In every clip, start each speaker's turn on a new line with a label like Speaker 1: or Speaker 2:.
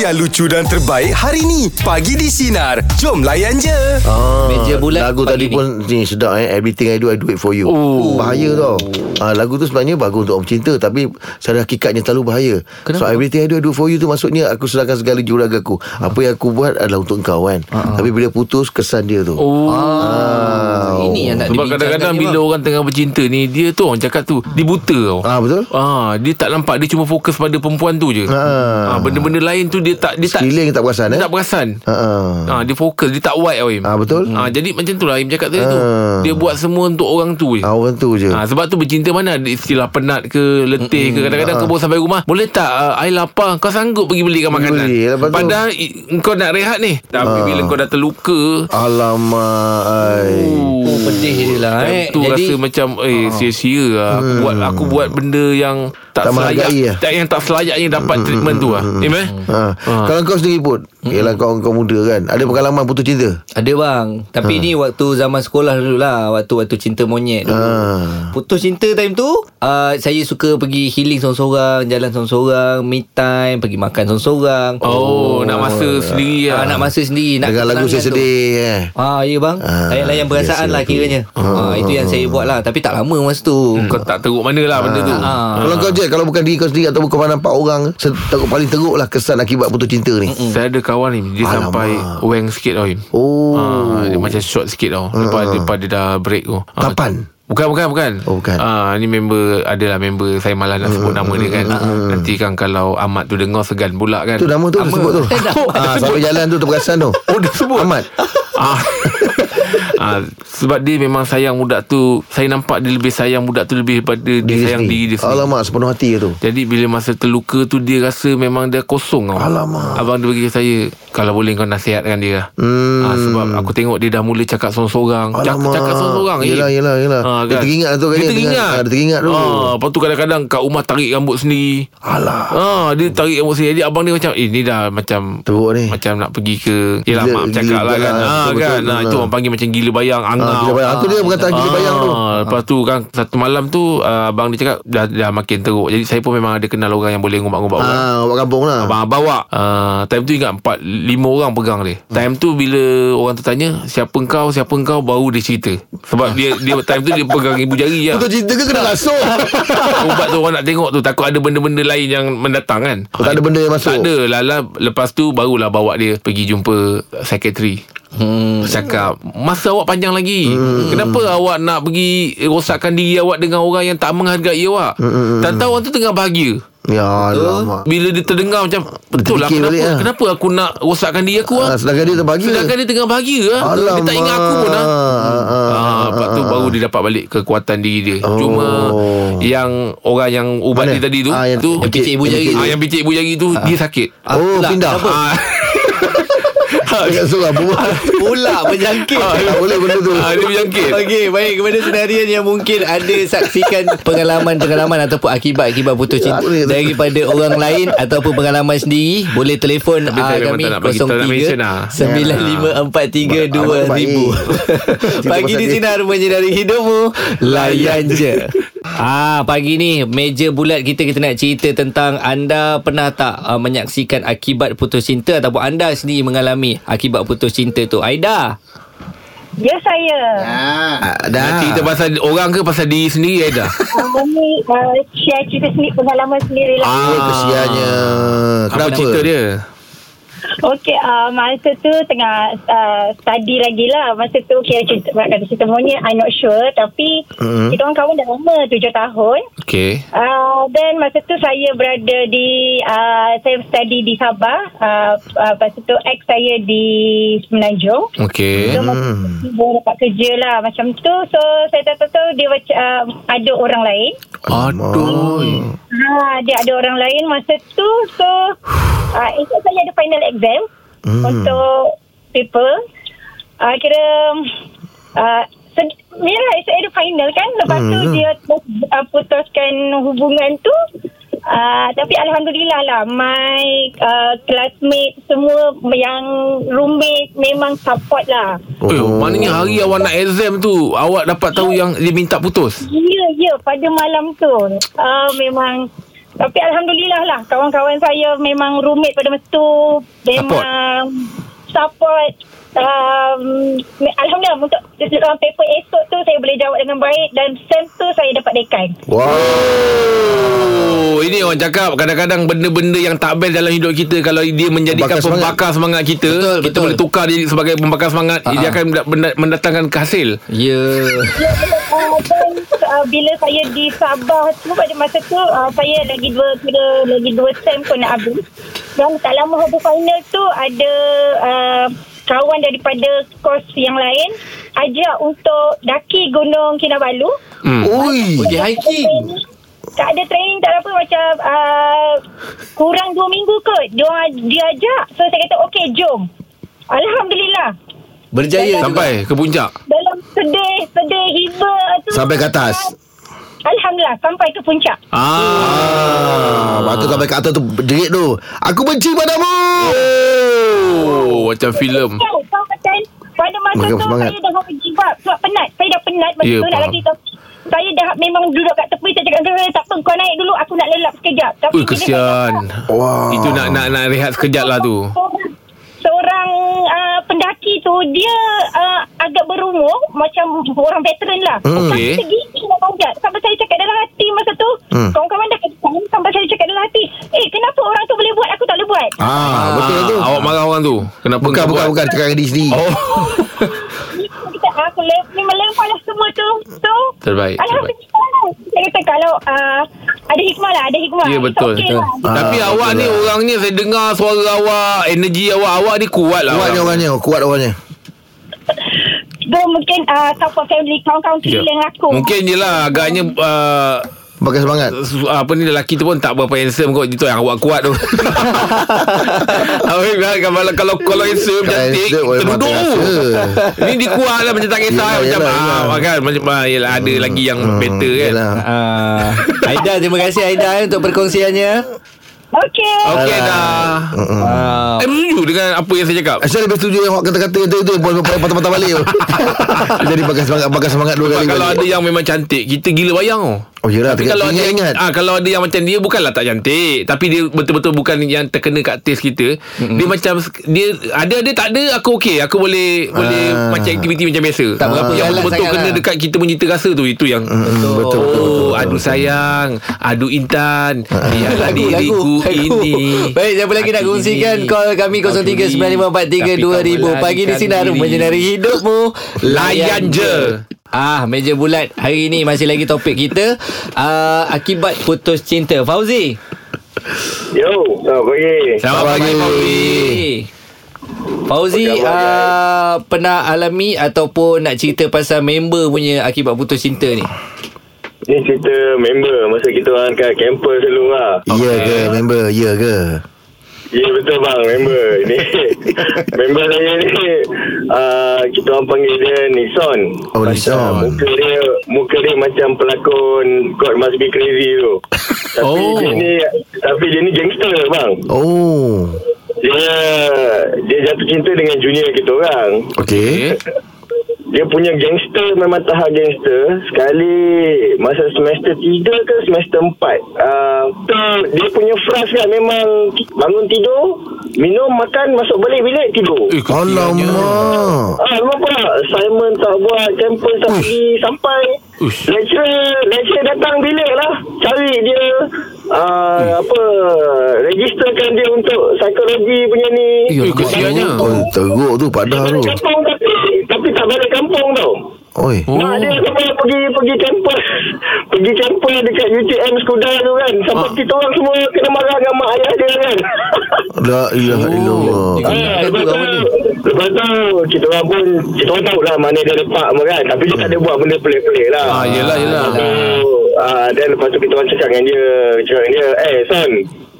Speaker 1: yang lucu dan terbaik hari ni. Pagi di Sinar. Jom layan je.
Speaker 2: Ah,
Speaker 3: Meja bulat
Speaker 2: Lagu
Speaker 3: pagi
Speaker 2: tadi
Speaker 3: ni.
Speaker 2: pun ni sedap eh Everything I do I do it for you
Speaker 3: Oh.
Speaker 2: Bahaya tau ah, Lagu tu sebenarnya bagus untuk orang cinta Tapi secara hakikatnya terlalu bahaya
Speaker 3: Kenapa?
Speaker 2: So everything I do I do for you tu Maksudnya aku serahkan segala juraga aku Apa yang aku buat adalah untuk kau kan Tapi bila putus kesan dia tu
Speaker 4: Oh.
Speaker 3: Ah, ini yang nak
Speaker 4: Sebab kadang-kadang bila orang tengah bercinta ni Dia tu orang cakap tu Dia buta tau
Speaker 2: Ah betul?
Speaker 4: Ah, dia tak nampak dia cuma fokus pada perempuan tu je.
Speaker 2: Ah.
Speaker 4: Ah, benda-benda lain tu dia tak dia tak
Speaker 2: Sekeliling tak perasan
Speaker 4: dia
Speaker 2: eh
Speaker 4: tak perasan.
Speaker 2: Ah, ah.
Speaker 4: Ah, dia fokus, dia tak wide Aim.
Speaker 2: Ah, betul.
Speaker 4: Ah, jadi macam tu lah Aim cakap tadi tu.
Speaker 2: Ah.
Speaker 4: Dia buat semua untuk orang tu je.
Speaker 2: Ah, orang tu je
Speaker 4: Ha, sebab tu bercinta mana ada istilah penat ke letih ke kadang-kadang
Speaker 2: Ah.
Speaker 4: kau baru sampai rumah boleh tak uh, I lapar kau sanggup pergi belikan makanan
Speaker 2: Boleh, lepas tu- Ah.
Speaker 4: padahal i, kau nak rehat ni tapi bila kau dah terluka
Speaker 2: Alamak ai.
Speaker 3: Oh, pedih dia lah eh.
Speaker 4: Time tu
Speaker 3: Jadi,
Speaker 4: rasa macam
Speaker 2: Ah,
Speaker 4: eh sia-sia lah aku buat aku buat benda yang tak,
Speaker 2: Hmm. Tak
Speaker 4: selayak
Speaker 2: menghargai Hmm, lah.
Speaker 4: tak yang tak selayaknya dapat treatment tu lah. Im eh?
Speaker 2: Ha. Kalau kau sendiri pun Yelah kau, kau muda kan Ada pengalaman putus cinta
Speaker 3: Ada bang Tapi ni waktu zaman sekolah dulu lah Waktu-waktu cinta monyet dulu
Speaker 2: Ah.
Speaker 3: Putus cinta time tu uh, Saya suka pergi healing seorang-seorang Jalan seorang-seorang Me time Pergi makan seorang-seorang
Speaker 4: Oh, nak masa
Speaker 2: ya.
Speaker 4: sendiri lah.
Speaker 3: ah, Nak masa sendiri nak
Speaker 2: Dengan lagu
Speaker 3: ketenangan
Speaker 2: saya sedih eh.
Speaker 3: tu. Ah, ya bang
Speaker 2: Ah,
Speaker 3: ah, Layan-layan perasaan
Speaker 2: biasa
Speaker 3: lah
Speaker 2: tu.
Speaker 3: kiranya ah, Itu yang saya buat lah Tapi tak lama masa tu
Speaker 4: Hmm. Kau tak teruk mana lah benda tu.
Speaker 3: Ah.
Speaker 2: Kalau kau je Kalau bukan diri kau sendiri Atau kau nampak orang se- teruk, Paling teruk lah Kesan akibat putus cinta ni
Speaker 4: Saya ada kawan ni
Speaker 2: Hmm.
Speaker 4: Dia
Speaker 2: Alamak.
Speaker 4: sampai Weng sikit tau Im
Speaker 2: Oh Ah,
Speaker 4: Ah, dia macam short sikit tau Lepas, lepas dia dah break tu Ah,
Speaker 2: Tapan?
Speaker 4: Bukan bukan bukan
Speaker 2: Oh, bukan. Hmm,
Speaker 4: ah, Ni member Adalah member Saya malah nak sebut nama dia kan Nanti kan kalau Ahmad tu dengar Segan pula kan
Speaker 2: Tu nama tu dah sebut tu ha, Sampai jalan tu terperasan tu
Speaker 4: Oh dah sebut
Speaker 2: Ahmad
Speaker 4: ah. ah, Sebab dia memang sayang budak tu Saya nampak dia lebih sayang budak tu Lebih daripada dia, dia sayang
Speaker 2: sendiri.
Speaker 4: diri dia sendiri
Speaker 2: Alamak sepenuh hati dia tu
Speaker 4: jadi bila masa terluka tu Dia rasa memang dia kosong tau.
Speaker 2: Alamak.
Speaker 4: Abang dia bagi saya Kalau boleh kau nasihatkan dia lah
Speaker 2: Hmm.
Speaker 4: ha, Sebab aku tengok dia dah mula cakap seorang-seorang Cak-
Speaker 2: Alamak.
Speaker 4: Cakap seorang-seorang eh.
Speaker 2: Yelah, yelah, yelah.
Speaker 4: Ah,
Speaker 2: Dia teringat tu kan,
Speaker 4: Dia
Speaker 2: dia
Speaker 4: teringat
Speaker 2: teringat. Ah, dia teringat dulu.
Speaker 4: Ah, Lepas tu kadang-kadang kat rumah tarik rambut sendiri
Speaker 2: Alah
Speaker 4: Ah, dia tarik rambut sendiri Jadi abang dia macam Eh ni dah macam
Speaker 2: Teruk ni
Speaker 4: macam nak pergi ke Yelah
Speaker 2: Hmm. Gila-
Speaker 4: mak cakap
Speaker 2: gila
Speaker 4: lah kan
Speaker 2: bayang.
Speaker 4: ah,
Speaker 2: Betul-betul.
Speaker 4: kan ah, Itu orang panggil macam gila bayang Angau
Speaker 2: Ah, gila bayang. Aku dia berkata gila bayang tu. Ah.
Speaker 4: Lepas tu kan Satu malam tu ah, Abang dia cakap dah, dah makin teruk Jadi saya pun memang ada kenal orang Yang boleh ngubak-ngubak orang
Speaker 2: Ah, Buat kampung lah
Speaker 4: Abang bawa uh, Time tu ingat empat lima orang pegang dia
Speaker 2: Hmm.
Speaker 4: Time tu bila orang tu tanya Siapa engkau Siapa engkau Baru dia cerita Sebab dia, dia Time tu dia pegang ibu jari lah.
Speaker 2: Putus cinta ke kena rasuk
Speaker 4: Ubat tu orang nak tengok tu Takut ada benda-benda lain Yang mendatang kan
Speaker 2: Oh, tak ada benda yang masuk?
Speaker 4: Tak ada Lala Lepas tu barulah bawa dia Pergi jumpa Sekretari Hmm. Cakap Masa awak panjang lagi hmm. Kenapa awak nak pergi eh, Rosakkan diri awak Dengan orang yang tak menghargai awak hmm. Tak tahu orang tu tengah bahagia
Speaker 2: Ya alamak
Speaker 4: Bila dia terdengar macam Betul lah
Speaker 2: Terfikir
Speaker 4: kenapa,
Speaker 2: balik lah.
Speaker 4: kenapa aku nak Rosakkan diri aku
Speaker 2: Ah,
Speaker 4: lah
Speaker 2: Sedangkan dia terbagi
Speaker 4: Sedangkan dia tengah bahagia lah Dia tak ingat aku pun lah Ah, lepas tu baru dia dapat balik kekuatan diri dia.
Speaker 2: Oh.
Speaker 4: Oh. Cuma yang orang yang ubat
Speaker 2: Mana?
Speaker 4: dia tadi tu,
Speaker 2: Ah, yang-
Speaker 4: tu
Speaker 2: yang picit
Speaker 3: ibu jari.
Speaker 4: Ah, yang picit ibu jari tu dia sakit.
Speaker 2: Oh
Speaker 3: Pula,
Speaker 2: pindah
Speaker 3: kenapa?
Speaker 4: Ah.
Speaker 2: Dekat surah
Speaker 3: Pula berjangkit
Speaker 2: Tak boleh benda tu
Speaker 4: ah, dia berjangkit.
Speaker 3: Okey, baik kepada senarian yang mungkin ada saksikan pengalaman-pengalaman ataupun akibat-akibat putus cinta
Speaker 2: Boleh tu.
Speaker 3: daripada orang lain ataupun pengalaman sendiri, boleh telefon
Speaker 4: Tapi
Speaker 3: uh,
Speaker 4: saya memang
Speaker 3: kami
Speaker 4: tak nak bagi, tak nak mention lah.
Speaker 3: 03 9543
Speaker 2: Baik.
Speaker 3: 2000. Pagi di sinar menyinari hidupmu, layan je. Ah pagi ni meja bulat kita kita nak cerita tentang anda pernah tak uh, menyaksikan akibat putus cinta ataupun anda sendiri mengalami akibat putus cinta tu Aida
Speaker 5: Ya saya.
Speaker 2: Ah,
Speaker 4: Nak cerita pasal orang ke pasal diri sendiri eh, Aida?
Speaker 5: Uh, ni uh, share cerita sendiri pengalaman sendiri lah.
Speaker 2: Oh, kesiannya.
Speaker 4: Ah. Apa
Speaker 2: Kenapa?
Speaker 4: cerita dia?
Speaker 5: Okey, uh, masa tu tengah uh, study lagi lah. Masa tu okay, cerita, kata cerita monyet, I not sure. Tapi
Speaker 2: Mm-mm.
Speaker 5: kita orang kawan dah lama, tujuh tahun.
Speaker 4: Okey.
Speaker 5: Uh, then masa tu saya berada di, uh, saya study di Sabah. Uh, uh, masa tu ex saya di Semenanjung.
Speaker 4: Okey.
Speaker 5: So, masa tu Dia dapat kerja lah macam tu So saya tak tahu dia macam uh, Ada orang lain
Speaker 4: Aduh.
Speaker 5: Ha, dia ada orang lain masa tu. So, uh, esok saya ada final exam
Speaker 2: Hmm.
Speaker 5: hmm. untuk paper. Uh, kira, uh, sed- bila esok ada final kan, lepas tu
Speaker 2: Hmm.
Speaker 5: dia put- uh, putuskan hubungan tu. Uh, tapi Alhamdulillah lah, my uh, classmate semua yang roommate memang support lah.
Speaker 4: Oh. Eh, maknanya hari awak nak exam tu Awak dapat tahu yang dia minta putus
Speaker 5: Ya, ya. Pada malam tu. Uh, memang Tapi Alhamdulillah lah Kawan-kawan saya memang roommate pada masa tu Memang support, um, Alhamdulillah untuk dalam paper esok tu Saya boleh jawab dengan baik Dan sem tu saya dapat dekan
Speaker 4: Oh, ini orang cakap kadang-kadang benda-benda yang tak best dalam hidup kita kalau dia menjadikan
Speaker 2: Pembakar
Speaker 4: pembakar,
Speaker 2: semangat.
Speaker 4: semangat kita, betul, kita
Speaker 3: betul.
Speaker 4: boleh tukar dia sebagai pembakar semangat, uh-huh. dia
Speaker 3: Ah.
Speaker 4: akan menda- menda- mendatangkan hasil.
Speaker 3: Ya. Yeah.
Speaker 5: uh, Dan uh, bila saya di Sabah tu Pada masa tu uh, Saya lagi dua kira Lagi dua sem pun nak habis Dan tak lama habis final tu Ada uh, kawan daripada kos yang lain ajak untuk daki gunung Kinabalu
Speaker 4: Hmm. Oh.
Speaker 2: Ui.
Speaker 3: Pergi hiking.
Speaker 5: Tak ada training tak ada apa macam uh, kurang dua minggu kot dia orang dia ajak so saya kata okey jom alhamdulillah
Speaker 3: Berjaya juga.
Speaker 4: Sampai ke puncak.
Speaker 5: dalam sedih sedih hiba tu
Speaker 2: Sampai ke atas.
Speaker 5: alhamdulillah sampai ke puncak
Speaker 4: Ah.
Speaker 2: Ah, batu sampai ke atas tu jerit tu. Aku benci padamu.
Speaker 4: Oh, macam filem.
Speaker 5: Tahu, tahu macam pada masa
Speaker 2: Makan
Speaker 5: tu
Speaker 2: semangat.
Speaker 5: saya dah habis jibab sebab penat saya dah penat masa
Speaker 4: Ya,
Speaker 5: tu nak
Speaker 4: faham.
Speaker 5: lagi tu saya dah memang duduk kat tepi saya cakap "Eh, tak apa kau naik dulu aku nak lelap sekejap tapi
Speaker 4: Ui,
Speaker 5: bila saya
Speaker 4: kesian.
Speaker 2: Wah.
Speaker 4: Itu nak nak nak rehat sekejap lah tu.
Speaker 5: Seorang- seorang uh, pendaki tu dia uh, agak berumur macam orang veteran lah
Speaker 4: Hmm.
Speaker 5: tapi
Speaker 4: Okey.
Speaker 5: segigi nak panjat sampai saya cakap dalam hati masa tu
Speaker 2: Hmm.
Speaker 5: kawan-kawan dah kesan sampai saya cakap dalam hati eh kenapa orang tu boleh buat aku tak boleh buat
Speaker 2: Ah, betul
Speaker 4: Ah,
Speaker 2: tu.
Speaker 4: Awak marah orang tu. Kenapa
Speaker 2: Bukan
Speaker 4: kau
Speaker 2: bukan
Speaker 4: buat?
Speaker 2: bukan cakap dengan diri sendiri.
Speaker 4: Oh.
Speaker 5: Ni kita aku le- memang lempar lah semua tu so
Speaker 4: Terbaik,
Speaker 5: Alhamdulillah saya kata kalau uh, ada hikmah lah ada hikmah
Speaker 4: Ya
Speaker 5: It's
Speaker 4: betul.
Speaker 5: okay
Speaker 4: betul.
Speaker 5: lah.
Speaker 2: Ah,
Speaker 4: Tapi awak
Speaker 2: betul
Speaker 4: ni
Speaker 2: lah.
Speaker 4: orangnya saya dengar suara awak, energi awak, awak ni kuat lah.
Speaker 2: Kuatnya
Speaker 4: orang.
Speaker 2: orangnya, kuat orangnya.
Speaker 5: Dia mungkin uh, support family kawan-kawan
Speaker 4: Ya.
Speaker 5: keliling aku Hmm.
Speaker 4: Mungkin je lah agaknya uh,
Speaker 2: Pakai semangat.
Speaker 4: su- apa ni lelaki tu pun tak berapa handsome kot itu yang awak kuat tu. Habis kan kalau kalau kalau handsome cantik
Speaker 2: handsome, orang
Speaker 4: terduduk.
Speaker 2: mata
Speaker 4: tu.
Speaker 2: rasa. Ya,
Speaker 4: Ni dia kuat lah macam tak kisah
Speaker 2: Yelah,
Speaker 4: macam
Speaker 2: yelah,
Speaker 4: ah
Speaker 2: yelah.
Speaker 4: kan macam ah, yelah, ada lagi yang
Speaker 2: Hmm,
Speaker 4: better kan.
Speaker 2: Yelah.
Speaker 3: Ah, Aida terima kasih Aida eh, untuk perkongsiannya.
Speaker 5: Okay
Speaker 4: Okey dah.
Speaker 3: Ah,
Speaker 4: Saya setuju dengan apa yang saya cakap.
Speaker 2: Saya lebih setuju yang awak kata-kata itu itu boleh patah-patah balik tu. Jadi pakai semangat pakai semangat dua
Speaker 4: Sebab
Speaker 2: kali.
Speaker 4: kalau ada
Speaker 2: balik.
Speaker 4: yang memang cantik Kita gila bayang oh.
Speaker 2: Oh, yelah,
Speaker 4: Tapi
Speaker 2: tengok-
Speaker 4: kalau ada,
Speaker 2: ingat-ingat.
Speaker 4: ah, Kalau ada yang macam dia Bukanlah tak cantik Tapi dia betul-betul Bukan yang terkena kat taste kita mm-hmm. Dia macam Dia ada-ada tak ada Aku okey Aku boleh Boleh macam aktiviti macam biasa Ah,
Speaker 3: Tak berapa
Speaker 4: Yang
Speaker 3: galak
Speaker 4: betul
Speaker 3: sangat
Speaker 4: kena
Speaker 3: lah.
Speaker 4: dekat Kita punya cita rasa tu Itu yang
Speaker 2: Hmm, betul, betul,
Speaker 4: Oh
Speaker 2: betul, betul,
Speaker 4: Aduh sayang Aduh Intan Biarlah
Speaker 3: Lagu,
Speaker 4: diriku
Speaker 3: lagu, lagu.
Speaker 4: ini
Speaker 3: Baik siapa lagi nak
Speaker 4: Hati
Speaker 3: kongsikan
Speaker 4: ini,
Speaker 3: Call kami
Speaker 4: kau curi, tapi kau
Speaker 3: 0395432000 Pagi di
Speaker 4: melarikan
Speaker 3: Sinar
Speaker 4: diri.
Speaker 3: Menyinari hidupmu
Speaker 4: Layan je.
Speaker 3: Ah, meja bulat Hari ini masih lagi topik kita uh, Akibat putus cinta Fauzi
Speaker 6: Yo, selamat pagi.
Speaker 4: Selamat pagi Fauzi.
Speaker 3: Fauzi uh, Pernah alami Ataupun nak cerita pasal Member punya akibat putus cinta ni
Speaker 6: Ni cerita member masa kita orang kat campus dulu lah.
Speaker 2: Ya ke member, ya ke?
Speaker 6: Ya betul bang, member ni. member saya ni uh, kita orang panggil dia Nixon.
Speaker 2: Oh, Nixon.
Speaker 6: Muka dia muka dia macam pelakon God Must Be Crazy tu. Tapi
Speaker 4: Oh.
Speaker 6: dia ni tapi dia ni gangster bang.
Speaker 2: Oh.
Speaker 6: Dia dia jatuh cinta dengan junior kita orang.
Speaker 2: Okey.
Speaker 6: Dia punya gangster memang tahap gangster. Sekali masa semester 3 ke semester 4. Uh, tu dia punya frust kan memang ki- bangun tidur, minum, makan, masuk balik bilik, tidur.
Speaker 4: Eh, kesiannya.
Speaker 2: Alamak.
Speaker 6: Ah, memang pula Simon tak buat Campus tak pergi Sampai
Speaker 4: Uish.
Speaker 6: Lecturer Lecturer datang bilik lah Cari dia uh, Apa Registerkan dia untuk Psikologi punya ni
Speaker 4: Eh, kesiannya.
Speaker 2: Oh, teruk tu padah tu.
Speaker 6: Balik kampung tapi Tapi tak balik kampung tau
Speaker 2: Oi.
Speaker 4: Oh.
Speaker 6: Mak dia sampai pergi pergi campus Pergi campus dekat UTM Skudar tu kan Sampai
Speaker 4: Ah.
Speaker 6: kita orang semua kena marah dengan mak ayah dia kan
Speaker 2: La ilaha
Speaker 4: Oh.
Speaker 2: illallah.
Speaker 3: Dia kena
Speaker 6: Ah,
Speaker 3: kan
Speaker 6: lepas
Speaker 3: tu kawan dia.
Speaker 6: tu- Lepas tu Kita orang pun Kita orang tahulah Mana dia lepak apa kan Tapi dia tak ada buat benda pelik-pelik lah
Speaker 4: Ah, yelah, yelah.
Speaker 6: So, ah, Dan lepas tu kita orang cakap dengan dia Cakap dengan dia Eh son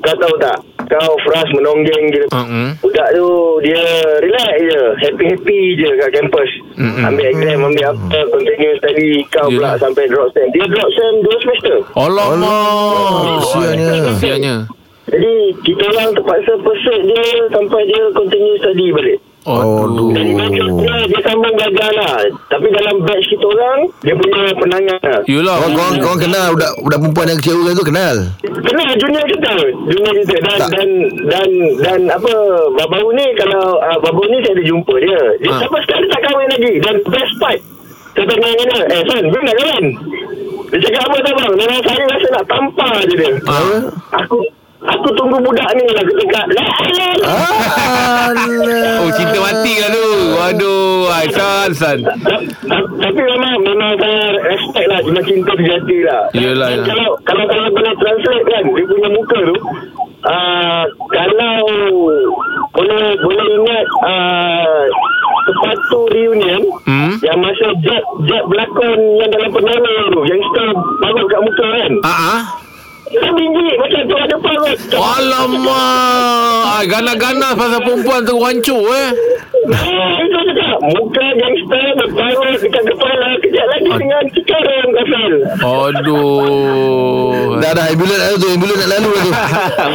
Speaker 6: Kau tahu tak Kau Fras menonggeng dia
Speaker 4: Mm-mm.
Speaker 6: Budak tu dia relax je Happy-happy je kat kampus
Speaker 4: Mm-mm.
Speaker 6: Ambil exam, ambil apa Continue study Kau pula
Speaker 4: Yelah.
Speaker 6: sampai drop sem Dia drop sem 2 semester
Speaker 4: Alamak.
Speaker 2: Oh, Kesiannya.
Speaker 4: Kesiannya.
Speaker 6: Jadi kita orang terpaksa persuade dia Sampai dia continue study balik
Speaker 4: Aduh.
Speaker 6: Dari batch dia, dia sambung gagal lah Tapi dalam batch kita orang Dia punya penangan lah
Speaker 4: Yelah
Speaker 2: Korang, korang, korang kenal budak, budak perempuan yang kecewa tu kenal
Speaker 6: Kena lah junior kita Junior kita Dan
Speaker 2: Tak.
Speaker 6: dan, dan dan apa Baru ni Kalau uh, baru ni saya ada jumpa dia Dia
Speaker 4: Ha.
Speaker 6: ha. sampai sekarang dia tak kahwin lagi Dan best part Saya tanya dengan dia Eh San Bila nak kahwin Dia cakap apa tak bang Memang saya rasa nak tampar je dia
Speaker 4: Ah.
Speaker 2: Apa?
Speaker 6: Aku Aku tunggu budak ni lah Aku cakap Lah lah, lah.
Speaker 2: Ah. Alah.
Speaker 4: Oh cinta mati kan tu Waduh Aisan San
Speaker 6: Ta- ta- Tapi memang Memang saya respect lah Memang cinta sejati lah
Speaker 4: Yelah, ya. yelah.
Speaker 6: Dan Kalau Kalau kalau kena translate kan Dia punya muka tu uh, Kalau Boleh Boleh ingat uh, Sepatu reunion
Speaker 4: Hmm?
Speaker 6: Yang masa Jet Jet berlakon Yang dalam perdana tu Yang star Bagus kat muka kan
Speaker 4: Ah ah.
Speaker 6: Dia tinggi Macam tu ada depan kan
Speaker 4: Alamak Ai, Ganas-ganas pasal perempuan tu hancur eh
Speaker 6: Ah, Itu cakap Muka gangster Berparut dekat kepala Kejap lagi dengan Cikarang Kasal
Speaker 4: Aduh
Speaker 2: Dah dah ambulan dah tu Ambulan nak lalu dah tu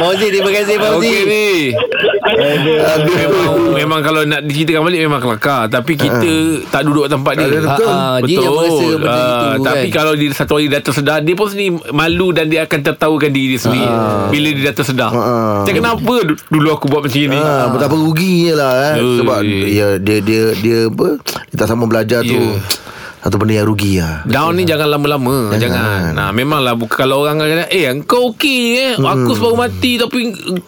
Speaker 3: Fauzi terima kasih Fauzi
Speaker 4: Okey ni
Speaker 2: Aduh
Speaker 4: Memang, Oh, memang kalau nak diceritakan balik Memang kelakar Tapi kita Tak duduk tempat dia
Speaker 2: Ah. ada-
Speaker 3: Ah,
Speaker 2: Betul.
Speaker 3: ah, Dia yang merasa benda
Speaker 4: Ah,
Speaker 3: itu
Speaker 4: Tapi
Speaker 3: kan
Speaker 4: kalau dia satu hari dah tersedar Dia pun sendiri malu Dan dia akan tertawakan diri dia sendiri Bila dia dah tersedar
Speaker 2: Ah.
Speaker 4: Macam kenapa du- dulu aku buat macam ni
Speaker 2: Ha, betapa ruginya lah eh.
Speaker 4: Ui.
Speaker 2: Sebab dia, dia dia dia apa Dia tak sama belajar tu
Speaker 4: Ya.
Speaker 2: Satu benda yang rugi lah
Speaker 4: Down ni jangan lama-lama Jangan, jangan. Nah, Memanglah bukan- Kalau orang kata Eh kau okey eh
Speaker 2: Hmm.
Speaker 4: Aku sebaru mati Tapi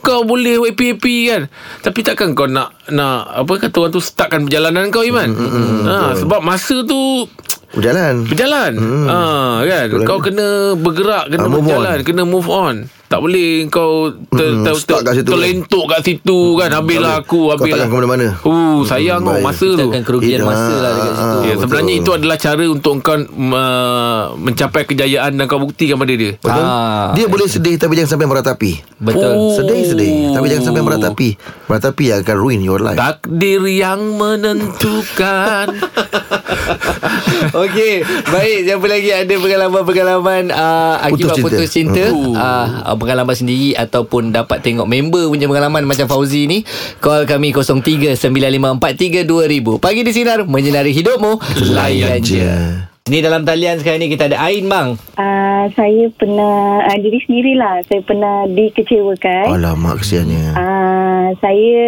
Speaker 4: kau boleh happy-happy kan Tapi takkan kau nak Nak Apa kata orang tu Startkan perjalanan kau Iman
Speaker 2: Hmm,
Speaker 4: ha, Sebab masa tu
Speaker 2: Berjalan
Speaker 4: Berjalan hmm. ha, kan? Kau kena bergerak
Speaker 2: Ah,
Speaker 4: Kena
Speaker 2: move
Speaker 4: berjalan
Speaker 2: on. Hmm,
Speaker 4: Kena move on Tak boleh kau ter, ter, ter,
Speaker 2: stuck kat situ. Hmm,
Speaker 4: Terlentuk kat situ kan Habislah
Speaker 2: Kau
Speaker 4: aku Habislah
Speaker 2: takkan ke mana-mana.
Speaker 4: uh, Sayang
Speaker 2: Hmm,
Speaker 4: hmm,
Speaker 2: baik.
Speaker 4: masa
Speaker 3: Kita
Speaker 4: tu
Speaker 3: akan kerugian
Speaker 2: Eh,
Speaker 3: masa lah
Speaker 2: ah,
Speaker 3: dekat situ
Speaker 2: ah,
Speaker 4: Ya,
Speaker 2: betul.
Speaker 4: sebenarnya itu adalah cara untuk kau uh, mencapai kejayaan dan kau buktikan pada dia.
Speaker 2: Betul?
Speaker 3: Ah.
Speaker 2: Dia boleh sedih tapi jangan sampai meratapi
Speaker 3: Betul
Speaker 4: Oh.
Speaker 2: Sedih-sedih Tapi jangan sampai meratapi Meratapi yang akan ruin your life
Speaker 4: Takdir yang menentukan.
Speaker 3: Okey Baik Siapa lagi ada pengalaman-pengalaman uh, Akibat
Speaker 2: Putus cinta.
Speaker 3: putus cinta,
Speaker 4: Hmm.
Speaker 3: uh, Pengalaman sendiri Ataupun dapat tengok member punya pengalaman Macam Fauzi ni Call kami 03-9543-2000 Pagi di Sinar Menyinari hidupmu Layan je Ni dalam talian sekarang ni Kita ada Ain Bang
Speaker 5: Uh, saya pernah uh, diri sendirilah saya pernah dikecewakan
Speaker 2: Alamak kesiannya
Speaker 5: uh, saya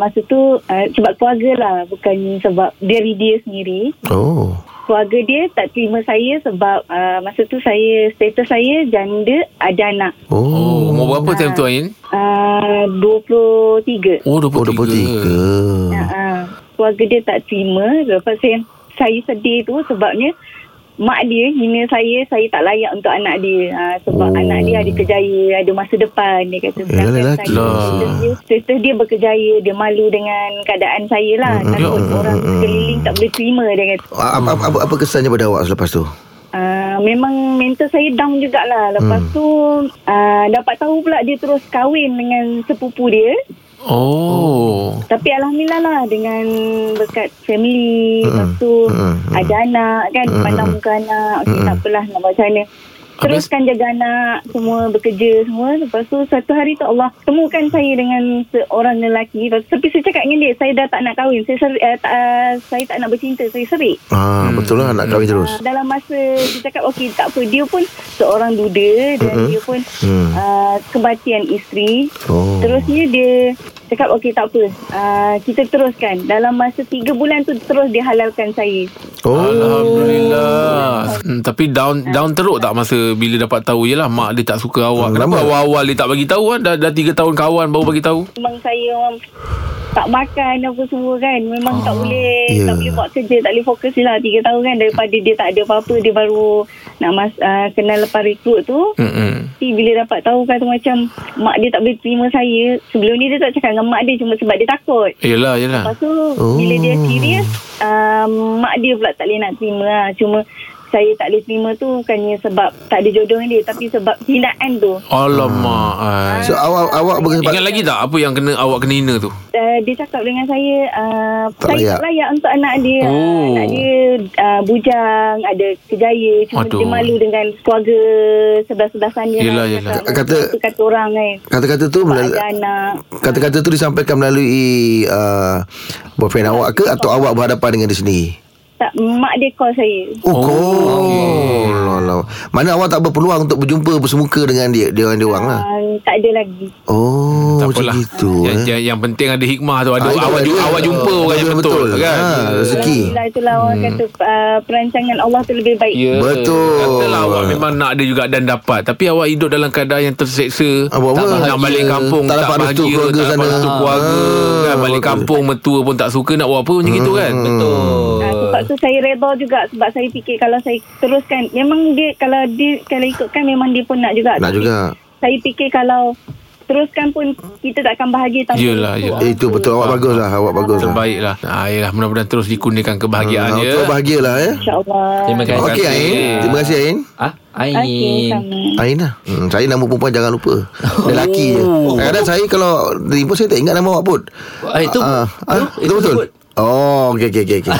Speaker 5: masa tu uh, sebab keluarga lah bukan sebab dari dia sendiri
Speaker 2: Oh
Speaker 5: keluarga dia tak terima saya sebab uh, masa tu saya status saya janda ada anak
Speaker 2: Oh,
Speaker 4: Oh, umur berapa time tu Ain?
Speaker 5: uh, 23
Speaker 4: Oh, 23.
Speaker 2: oh 23
Speaker 5: uh, keluarga dia tak terima lepas saya saya sedih tu sebabnya mak dia hina saya saya tak layak untuk anak dia ha,
Speaker 2: Oh. Ya,
Speaker 5: sebab oh. anak dia ada kerjaya ada masa depan dia kata sedangkan
Speaker 2: lelaki
Speaker 5: saya,
Speaker 4: lah.
Speaker 5: status dia- status dia bekerjaya dia malu dengan keadaan saya lah takut
Speaker 2: mm, mm,
Speaker 5: orang
Speaker 2: mm.
Speaker 5: sekeliling tak boleh terima dia kata
Speaker 2: Ah, apa, apa, apa, apa kesannya pada awak selepas tu?
Speaker 5: Uh, memang mental saya down jugalah Lepas
Speaker 2: Hmm.
Speaker 5: tu uh, Dapat tahu pula dia terus kahwin dengan sepupu dia
Speaker 4: Oh.
Speaker 5: Tapi Alhamdulillah lah Dengan berkat family Lepas tu
Speaker 2: Mm-mm.
Speaker 5: Ada anak kan Pandang muka anak Okey tak apalah nak buat macam mana Teruskan jaga anak Semua bekerja semua Lepas tu satu hari tu Allah Temukan saya dengan Seorang lelaki Lepas tu, Tapi saya cakap dengan dia Saya dah tak nak kahwin Saya, seri, uh, tak, uh, saya tak nak bercinta Saya serik
Speaker 2: Ah,
Speaker 3: Hmm.
Speaker 2: betul lah nak kahwin terus.
Speaker 5: Ah, dalam masa dia cakap okey tak apa dia pun seorang duda dan mm-hmm. dia pun
Speaker 2: Hmm.
Speaker 5: mm. uh, kebatian isteri.
Speaker 2: Oh.
Speaker 5: Terusnya dia cakap okey tak apa uh, kita teruskan. Dalam masa tiga bulan tu terus dia halalkan saya.
Speaker 2: Oh.
Speaker 4: Alhamdulillah. Hmm, tapi down down teruk tak masa bila dapat tahu jelah mak dia tak suka awak.
Speaker 2: Hmm,
Speaker 4: Kenapa
Speaker 2: lama.
Speaker 4: awal-awal dia tak bagi tahu kan? Dah dah 3 tahun kawan baru bagi tahu.
Speaker 5: Memang saya orang tak makan apa semua kan. Memang tak boleh
Speaker 2: Ya.
Speaker 5: tak boleh buat kerja tak boleh fokus je lah tiga tahun kan daripada dia tak ada apa-apa dia baru nak mas, uh, kenal lepas rekrut tu.
Speaker 4: Hmm.
Speaker 5: Tapi bila dapat tahu kata macam mak dia tak boleh terima saya. Sebelum ni dia tak cakap dengan mak dia cuma sebab dia takut.
Speaker 4: Yalah, yalah.
Speaker 5: Lepas tu oh. bila dia serius um, mak dia pula tak boleh nak terima lah. Cuma saya tak boleh terima tu bukannya sebab tak ada jodoh dengan dia tapi sebab hinaan tu.
Speaker 4: Alamak.
Speaker 2: Ah.
Speaker 4: ai.
Speaker 2: So awak awak berkesempatan
Speaker 3: lah.
Speaker 4: Ingat lagi tak apa yang kena awak kena hina tu?
Speaker 5: Uh, dia cakap dengan saya uh,
Speaker 2: Tak
Speaker 5: tak
Speaker 2: layak.
Speaker 5: saya layak. tak layak untuk anak dia.
Speaker 4: Oh.
Speaker 5: Anak dia uh, bujang, ada kejaya cuma
Speaker 4: Aduh.
Speaker 5: Aduh. dia malu dengan keluarga sebelah-sebelasan dia.
Speaker 4: Yelah,
Speaker 5: Dia
Speaker 4: yelah.
Speaker 5: Cakap,
Speaker 2: Kata-
Speaker 5: kata kata orang kan.
Speaker 2: kata-kata tu
Speaker 5: Sebab
Speaker 2: melal-
Speaker 5: ada anak.
Speaker 2: kata-kata tu disampaikan melalui uh, boyfriend awak ke atau awak berhadapan dengan dia sendiri?
Speaker 5: Tak mak dia call saya.
Speaker 2: Oh, oh Allah. Mana awak tak berpeluang untuk berjumpa bersemuka dengan dia dia orang dia orang lah.
Speaker 5: Uh, tak ada lagi.
Speaker 2: Oh,
Speaker 4: tak
Speaker 2: macam
Speaker 4: apalah.
Speaker 2: gitu.
Speaker 4: yang,
Speaker 2: eh.
Speaker 4: yang, yang penting ada hikmah tu. Ada
Speaker 2: Ah, itu
Speaker 4: awak,
Speaker 2: ada.
Speaker 4: ju- awak jumpa orang yang betul, kan?
Speaker 2: Ha, rezeki.
Speaker 5: Alhamdulillah itulah orang kata uh, perancangan Allah tu lebih baik.
Speaker 4: Ya.
Speaker 2: Betul.
Speaker 4: Katalah awak memang nak ada juga dan dapat. Tapi awak hidup dalam keadaan yang terseksa.
Speaker 2: Apa-apa.
Speaker 4: tak
Speaker 2: Bahagia.
Speaker 4: nak balik kampung.
Speaker 2: Tak dapat restu keluarga
Speaker 4: Tak dapat
Speaker 2: sana.
Speaker 4: restu keluarga.
Speaker 2: Ah,
Speaker 4: Kan,
Speaker 2: betul.
Speaker 4: balik
Speaker 2: Hmm.
Speaker 4: kampung mertua pun tak suka nak buat apa macam gitu kan.
Speaker 3: Betul.
Speaker 5: Ah, sebab tu saya reda juga sebab saya fikir kalau saya teruskan memang dia kalau dia kalau ikutkan memang dia pun nak juga.
Speaker 2: Nak
Speaker 5: Tapi
Speaker 2: juga.
Speaker 5: Saya fikir kalau teruskan pun kita takkan bahagia tanpa
Speaker 4: Yelah,
Speaker 5: itu.
Speaker 4: yelah.
Speaker 2: Eh, itu betul awak baguslah, awak baguslah.
Speaker 4: Terbaiklah. Ah, yelah, mudah-mudahan terus dikurniakan
Speaker 2: Ah,
Speaker 4: kebahagiaannya.
Speaker 2: Terus bahagialah eh.
Speaker 5: InsyaAllah.
Speaker 3: Ya, Terima kasih.
Speaker 2: Okey Ain, terima kasih Ain.
Speaker 3: Ah,
Speaker 5: Okey,
Speaker 3: Ain.
Speaker 5: sama.
Speaker 2: Ain lah hmm, Saya nama perempuan jangan lupa Lelaki je Kadang-kadang saya kalau Jumpa saya tak ingat nama awak pun
Speaker 3: Oh. Ah, itu-
Speaker 2: Ah, ah,
Speaker 3: itu-
Speaker 2: Itu
Speaker 3: itu
Speaker 2: betul
Speaker 3: sebut.
Speaker 2: Oh okey okey okey okay.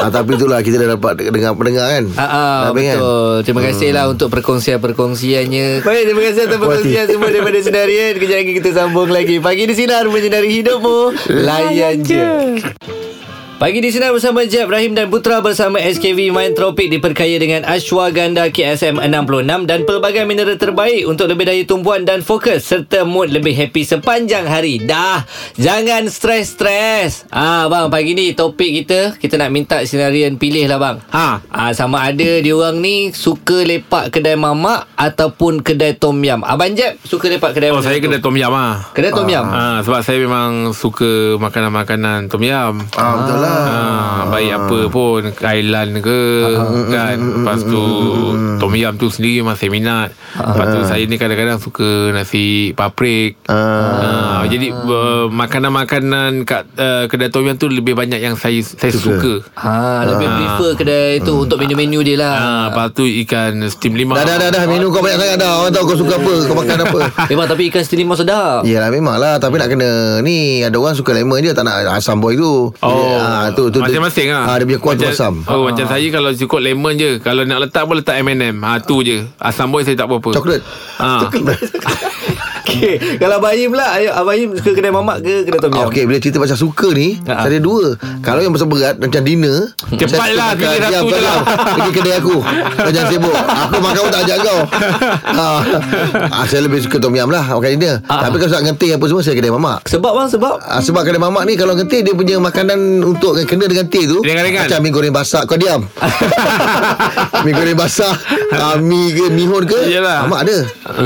Speaker 2: ah, Tapi itulah Kita dah dapat dengar pendengar kan
Speaker 3: Ah, ah
Speaker 2: Dah pengen.
Speaker 3: betul. Terima kasihlah untuk perkongsian-perkongsiannya. Baik, terima kasih atas perkongsian semua daripada Sinarian. Kejap lagi kita sambung lagi. Pagi di Sinar menyinari hidupmu. Layan je. Pagi di Sinar bersama Jeb Rahim dan Putra bersama SKV Mind Tropic diperkaya dengan Ashwagandha KSM 66 dan pelbagai mineral terbaik untuk lebih daya tumpuan dan fokus serta mood lebih happy sepanjang hari. Dah, jangan stres-stres. Ah bang, pagi ni topik kita kita nak minta sinarian pilih lah bang.
Speaker 4: Ha.
Speaker 3: Ah sama ada diorang ni suka lepak kedai mamak ataupun kedai tom yam. Abang Jeb suka lepak kedai
Speaker 4: Oh,
Speaker 3: mana
Speaker 4: saya
Speaker 3: tu?
Speaker 4: kena tom yam ah.
Speaker 3: kedai tom yam.
Speaker 4: Ah, sebab saya memang suka makanan-makanan tom yam.
Speaker 2: ah, Betul lah Ah,
Speaker 4: Ah, baik apa pun Thailand ke kan lepas tu tom yam tu sendiri memang saya minat
Speaker 2: Ah,
Speaker 4: lepas tu saya ni kadang-kadang suka nasi paprik ah. jadi uh, makanan-makanan kat uh, kedai tom yam tu lebih banyak yang saya saya suka, suka.
Speaker 3: Ha, lebih prefer kedai tu
Speaker 4: Hmm.
Speaker 3: untuk menu-menu dia lah.
Speaker 4: Ah, lepas tu ikan steam lima
Speaker 2: Dah dah dah dah Menu kau banyak sangat dah Orang tahu kau suka apa Kau makan apa
Speaker 4: Ah.
Speaker 3: Memang tapi ikan steam limau
Speaker 4: Ya.
Speaker 3: sedap.
Speaker 2: Yelah memang lah Tapi nak kena Ni ada orang suka lemon je Tak nak asam boy tu
Speaker 4: Oh,
Speaker 2: ah, tu, tu, dia-
Speaker 4: masing-masing lah.
Speaker 2: ah, Dia punya kuah tu
Speaker 4: Macam-
Speaker 2: asam
Speaker 4: Oh, macam saya kalau cukup lemon je. Kalau nak letak pun letak M&M. Ha, tu je. Asam boy saya tak apa-apa.
Speaker 2: Coklat
Speaker 4: Ha.
Speaker 3: Okey, kalau Abang Im pula, ayo Abang Im suka kedai mamak ke kedai
Speaker 4: Ya.
Speaker 3: tom yam?
Speaker 2: Ah, Okey, bila cerita pasal suka ni,
Speaker 3: Ha-ha.
Speaker 2: saya ada dua. Kalau yang pasal berat macam dinner,
Speaker 4: Ha. Cepatlah,
Speaker 2: saya suka makan
Speaker 4: pilih satu
Speaker 2: yang
Speaker 4: je lah.
Speaker 2: berat. Pergi kedai aku. Kau jangan sibuk. Aku makan pun tak ajak kau. Ha. Ah, saya lebih suka tom yam lah makan dinner.
Speaker 4: Ah.
Speaker 3: Ha-ha.
Speaker 2: Tapi kalau soal ngetih apa semua saya kedai mamak.
Speaker 3: Sebab bang, sebab
Speaker 2: Ah, sebab kedai mamak ni kalau ngetih dia punya makanan untuk yang kena dengan teh tu
Speaker 4: Ringan-ringan.
Speaker 2: macam mi goreng basah kau diam mi goreng basah ah, mi ke mihun ke
Speaker 4: Yelah.
Speaker 2: mamak ada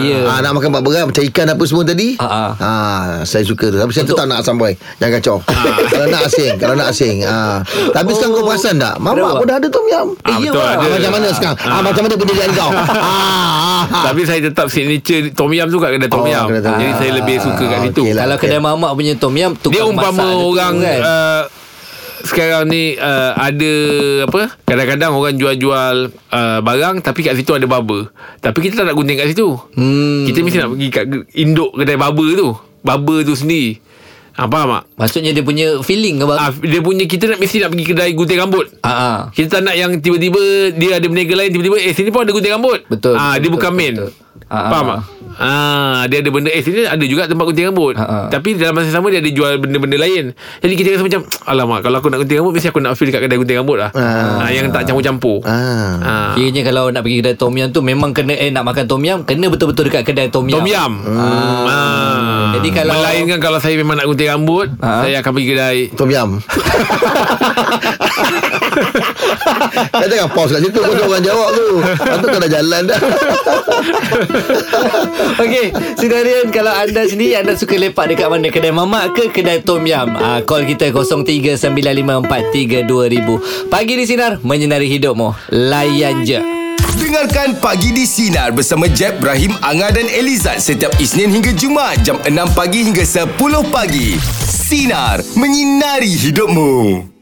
Speaker 3: Ya.
Speaker 2: ah, nak makan berat macam ikan apa semua tadi
Speaker 3: Ah, ah.
Speaker 2: ah, saya suka tu tapi saya tetap nak asam boy jangan kacau
Speaker 4: Ah.
Speaker 2: kalau nak asing kalau nak asing ah. tapi sekarang kau perasan tak mamak
Speaker 3: Kenapa?
Speaker 2: pun dah ada tom yam
Speaker 4: Ah,
Speaker 3: Eh, ya,
Speaker 4: betul
Speaker 3: bang.
Speaker 4: Oh. ada.
Speaker 2: Ah, macam mana sekarang? Ah, macam mana pendirian kau? Ah, ah, ah.
Speaker 4: Tapi saya tetap signature Tom Yam tu kat kedai
Speaker 2: Oh,
Speaker 4: Tom Yam.
Speaker 2: kedai Tom Yam.
Speaker 4: Jadi saya lebih suka kat
Speaker 2: Ah,
Speaker 4: situ.
Speaker 2: okey lah.
Speaker 3: kalau kedai mamak punya tom yam tukang
Speaker 4: Dia umpama
Speaker 3: masak dia tu kan?
Speaker 4: orang
Speaker 2: kan?
Speaker 4: uh, sekarang ni uh, ada apa? Kadang-kadang orang jual-jual uh, barang tapi kat situ ada barber. Tapi kita tak nak gunting kat situ.
Speaker 3: hmm,
Speaker 4: Kita mesti nak pergi kat ge- induk kedai barber tu. Barber tu sendiri. Ha, faham tak?
Speaker 3: maksudnya dia punya feeling ke bang?
Speaker 4: Ah, dia punya kita nak mesti nak pergi kedai gunting rambut.
Speaker 3: Ah, ah.
Speaker 4: Kita tak nak yang tiba-tiba dia ada berniaga lain tiba-tiba eh sini pun ada gunting rambut.
Speaker 3: Betul,
Speaker 4: Ah
Speaker 3: betul,
Speaker 4: dia bukan
Speaker 3: betul,
Speaker 4: main.
Speaker 3: betul. Ah,
Speaker 4: Faham
Speaker 3: ah,
Speaker 4: tak? Ah dia ada benda eh sini ada juga tempat gunting rambut.
Speaker 3: Ah, ah.
Speaker 4: Tapi dalam masa yang sama dia ada jual benda-benda lain. Jadi kita rasa macam alamak kalau aku nak gunting rambut mesti aku nak feel kat kedai gunting rambut lah. Ah, yang tak campur-campur.
Speaker 2: Ah.
Speaker 4: Ah.
Speaker 3: Kiranya kalau nak pergi kedai tom yam tu memang kena eh nak makan tom yam kena betul-betul dekat kedai tom yam.
Speaker 4: Tom Yam. Ah.
Speaker 3: Jadi kalau-
Speaker 4: melainkan kalau saya memang nak gunting rambut,
Speaker 3: Ah.
Speaker 4: saya akan pergi kedai
Speaker 2: Tom Yam Kau jangan pause kat situ Kau suruh orang jawab tu Lepas tu kau dah jalan dah
Speaker 3: Okey, Sinarian kalau anda sendiri anda suka lepak dekat mana kedai mamak ke kedai tom yam? Ah call kita 0395432000. Pagi di sinar menyinari hidupmu. Layan je.
Speaker 1: Dengarkan Pagi di Sinar bersama Jeb, Ibrahim, Anga dan Elizad setiap Isnin hingga Jumaat jam 6 pagi hingga 10 pagi. Sinar, menyinari hidupmu.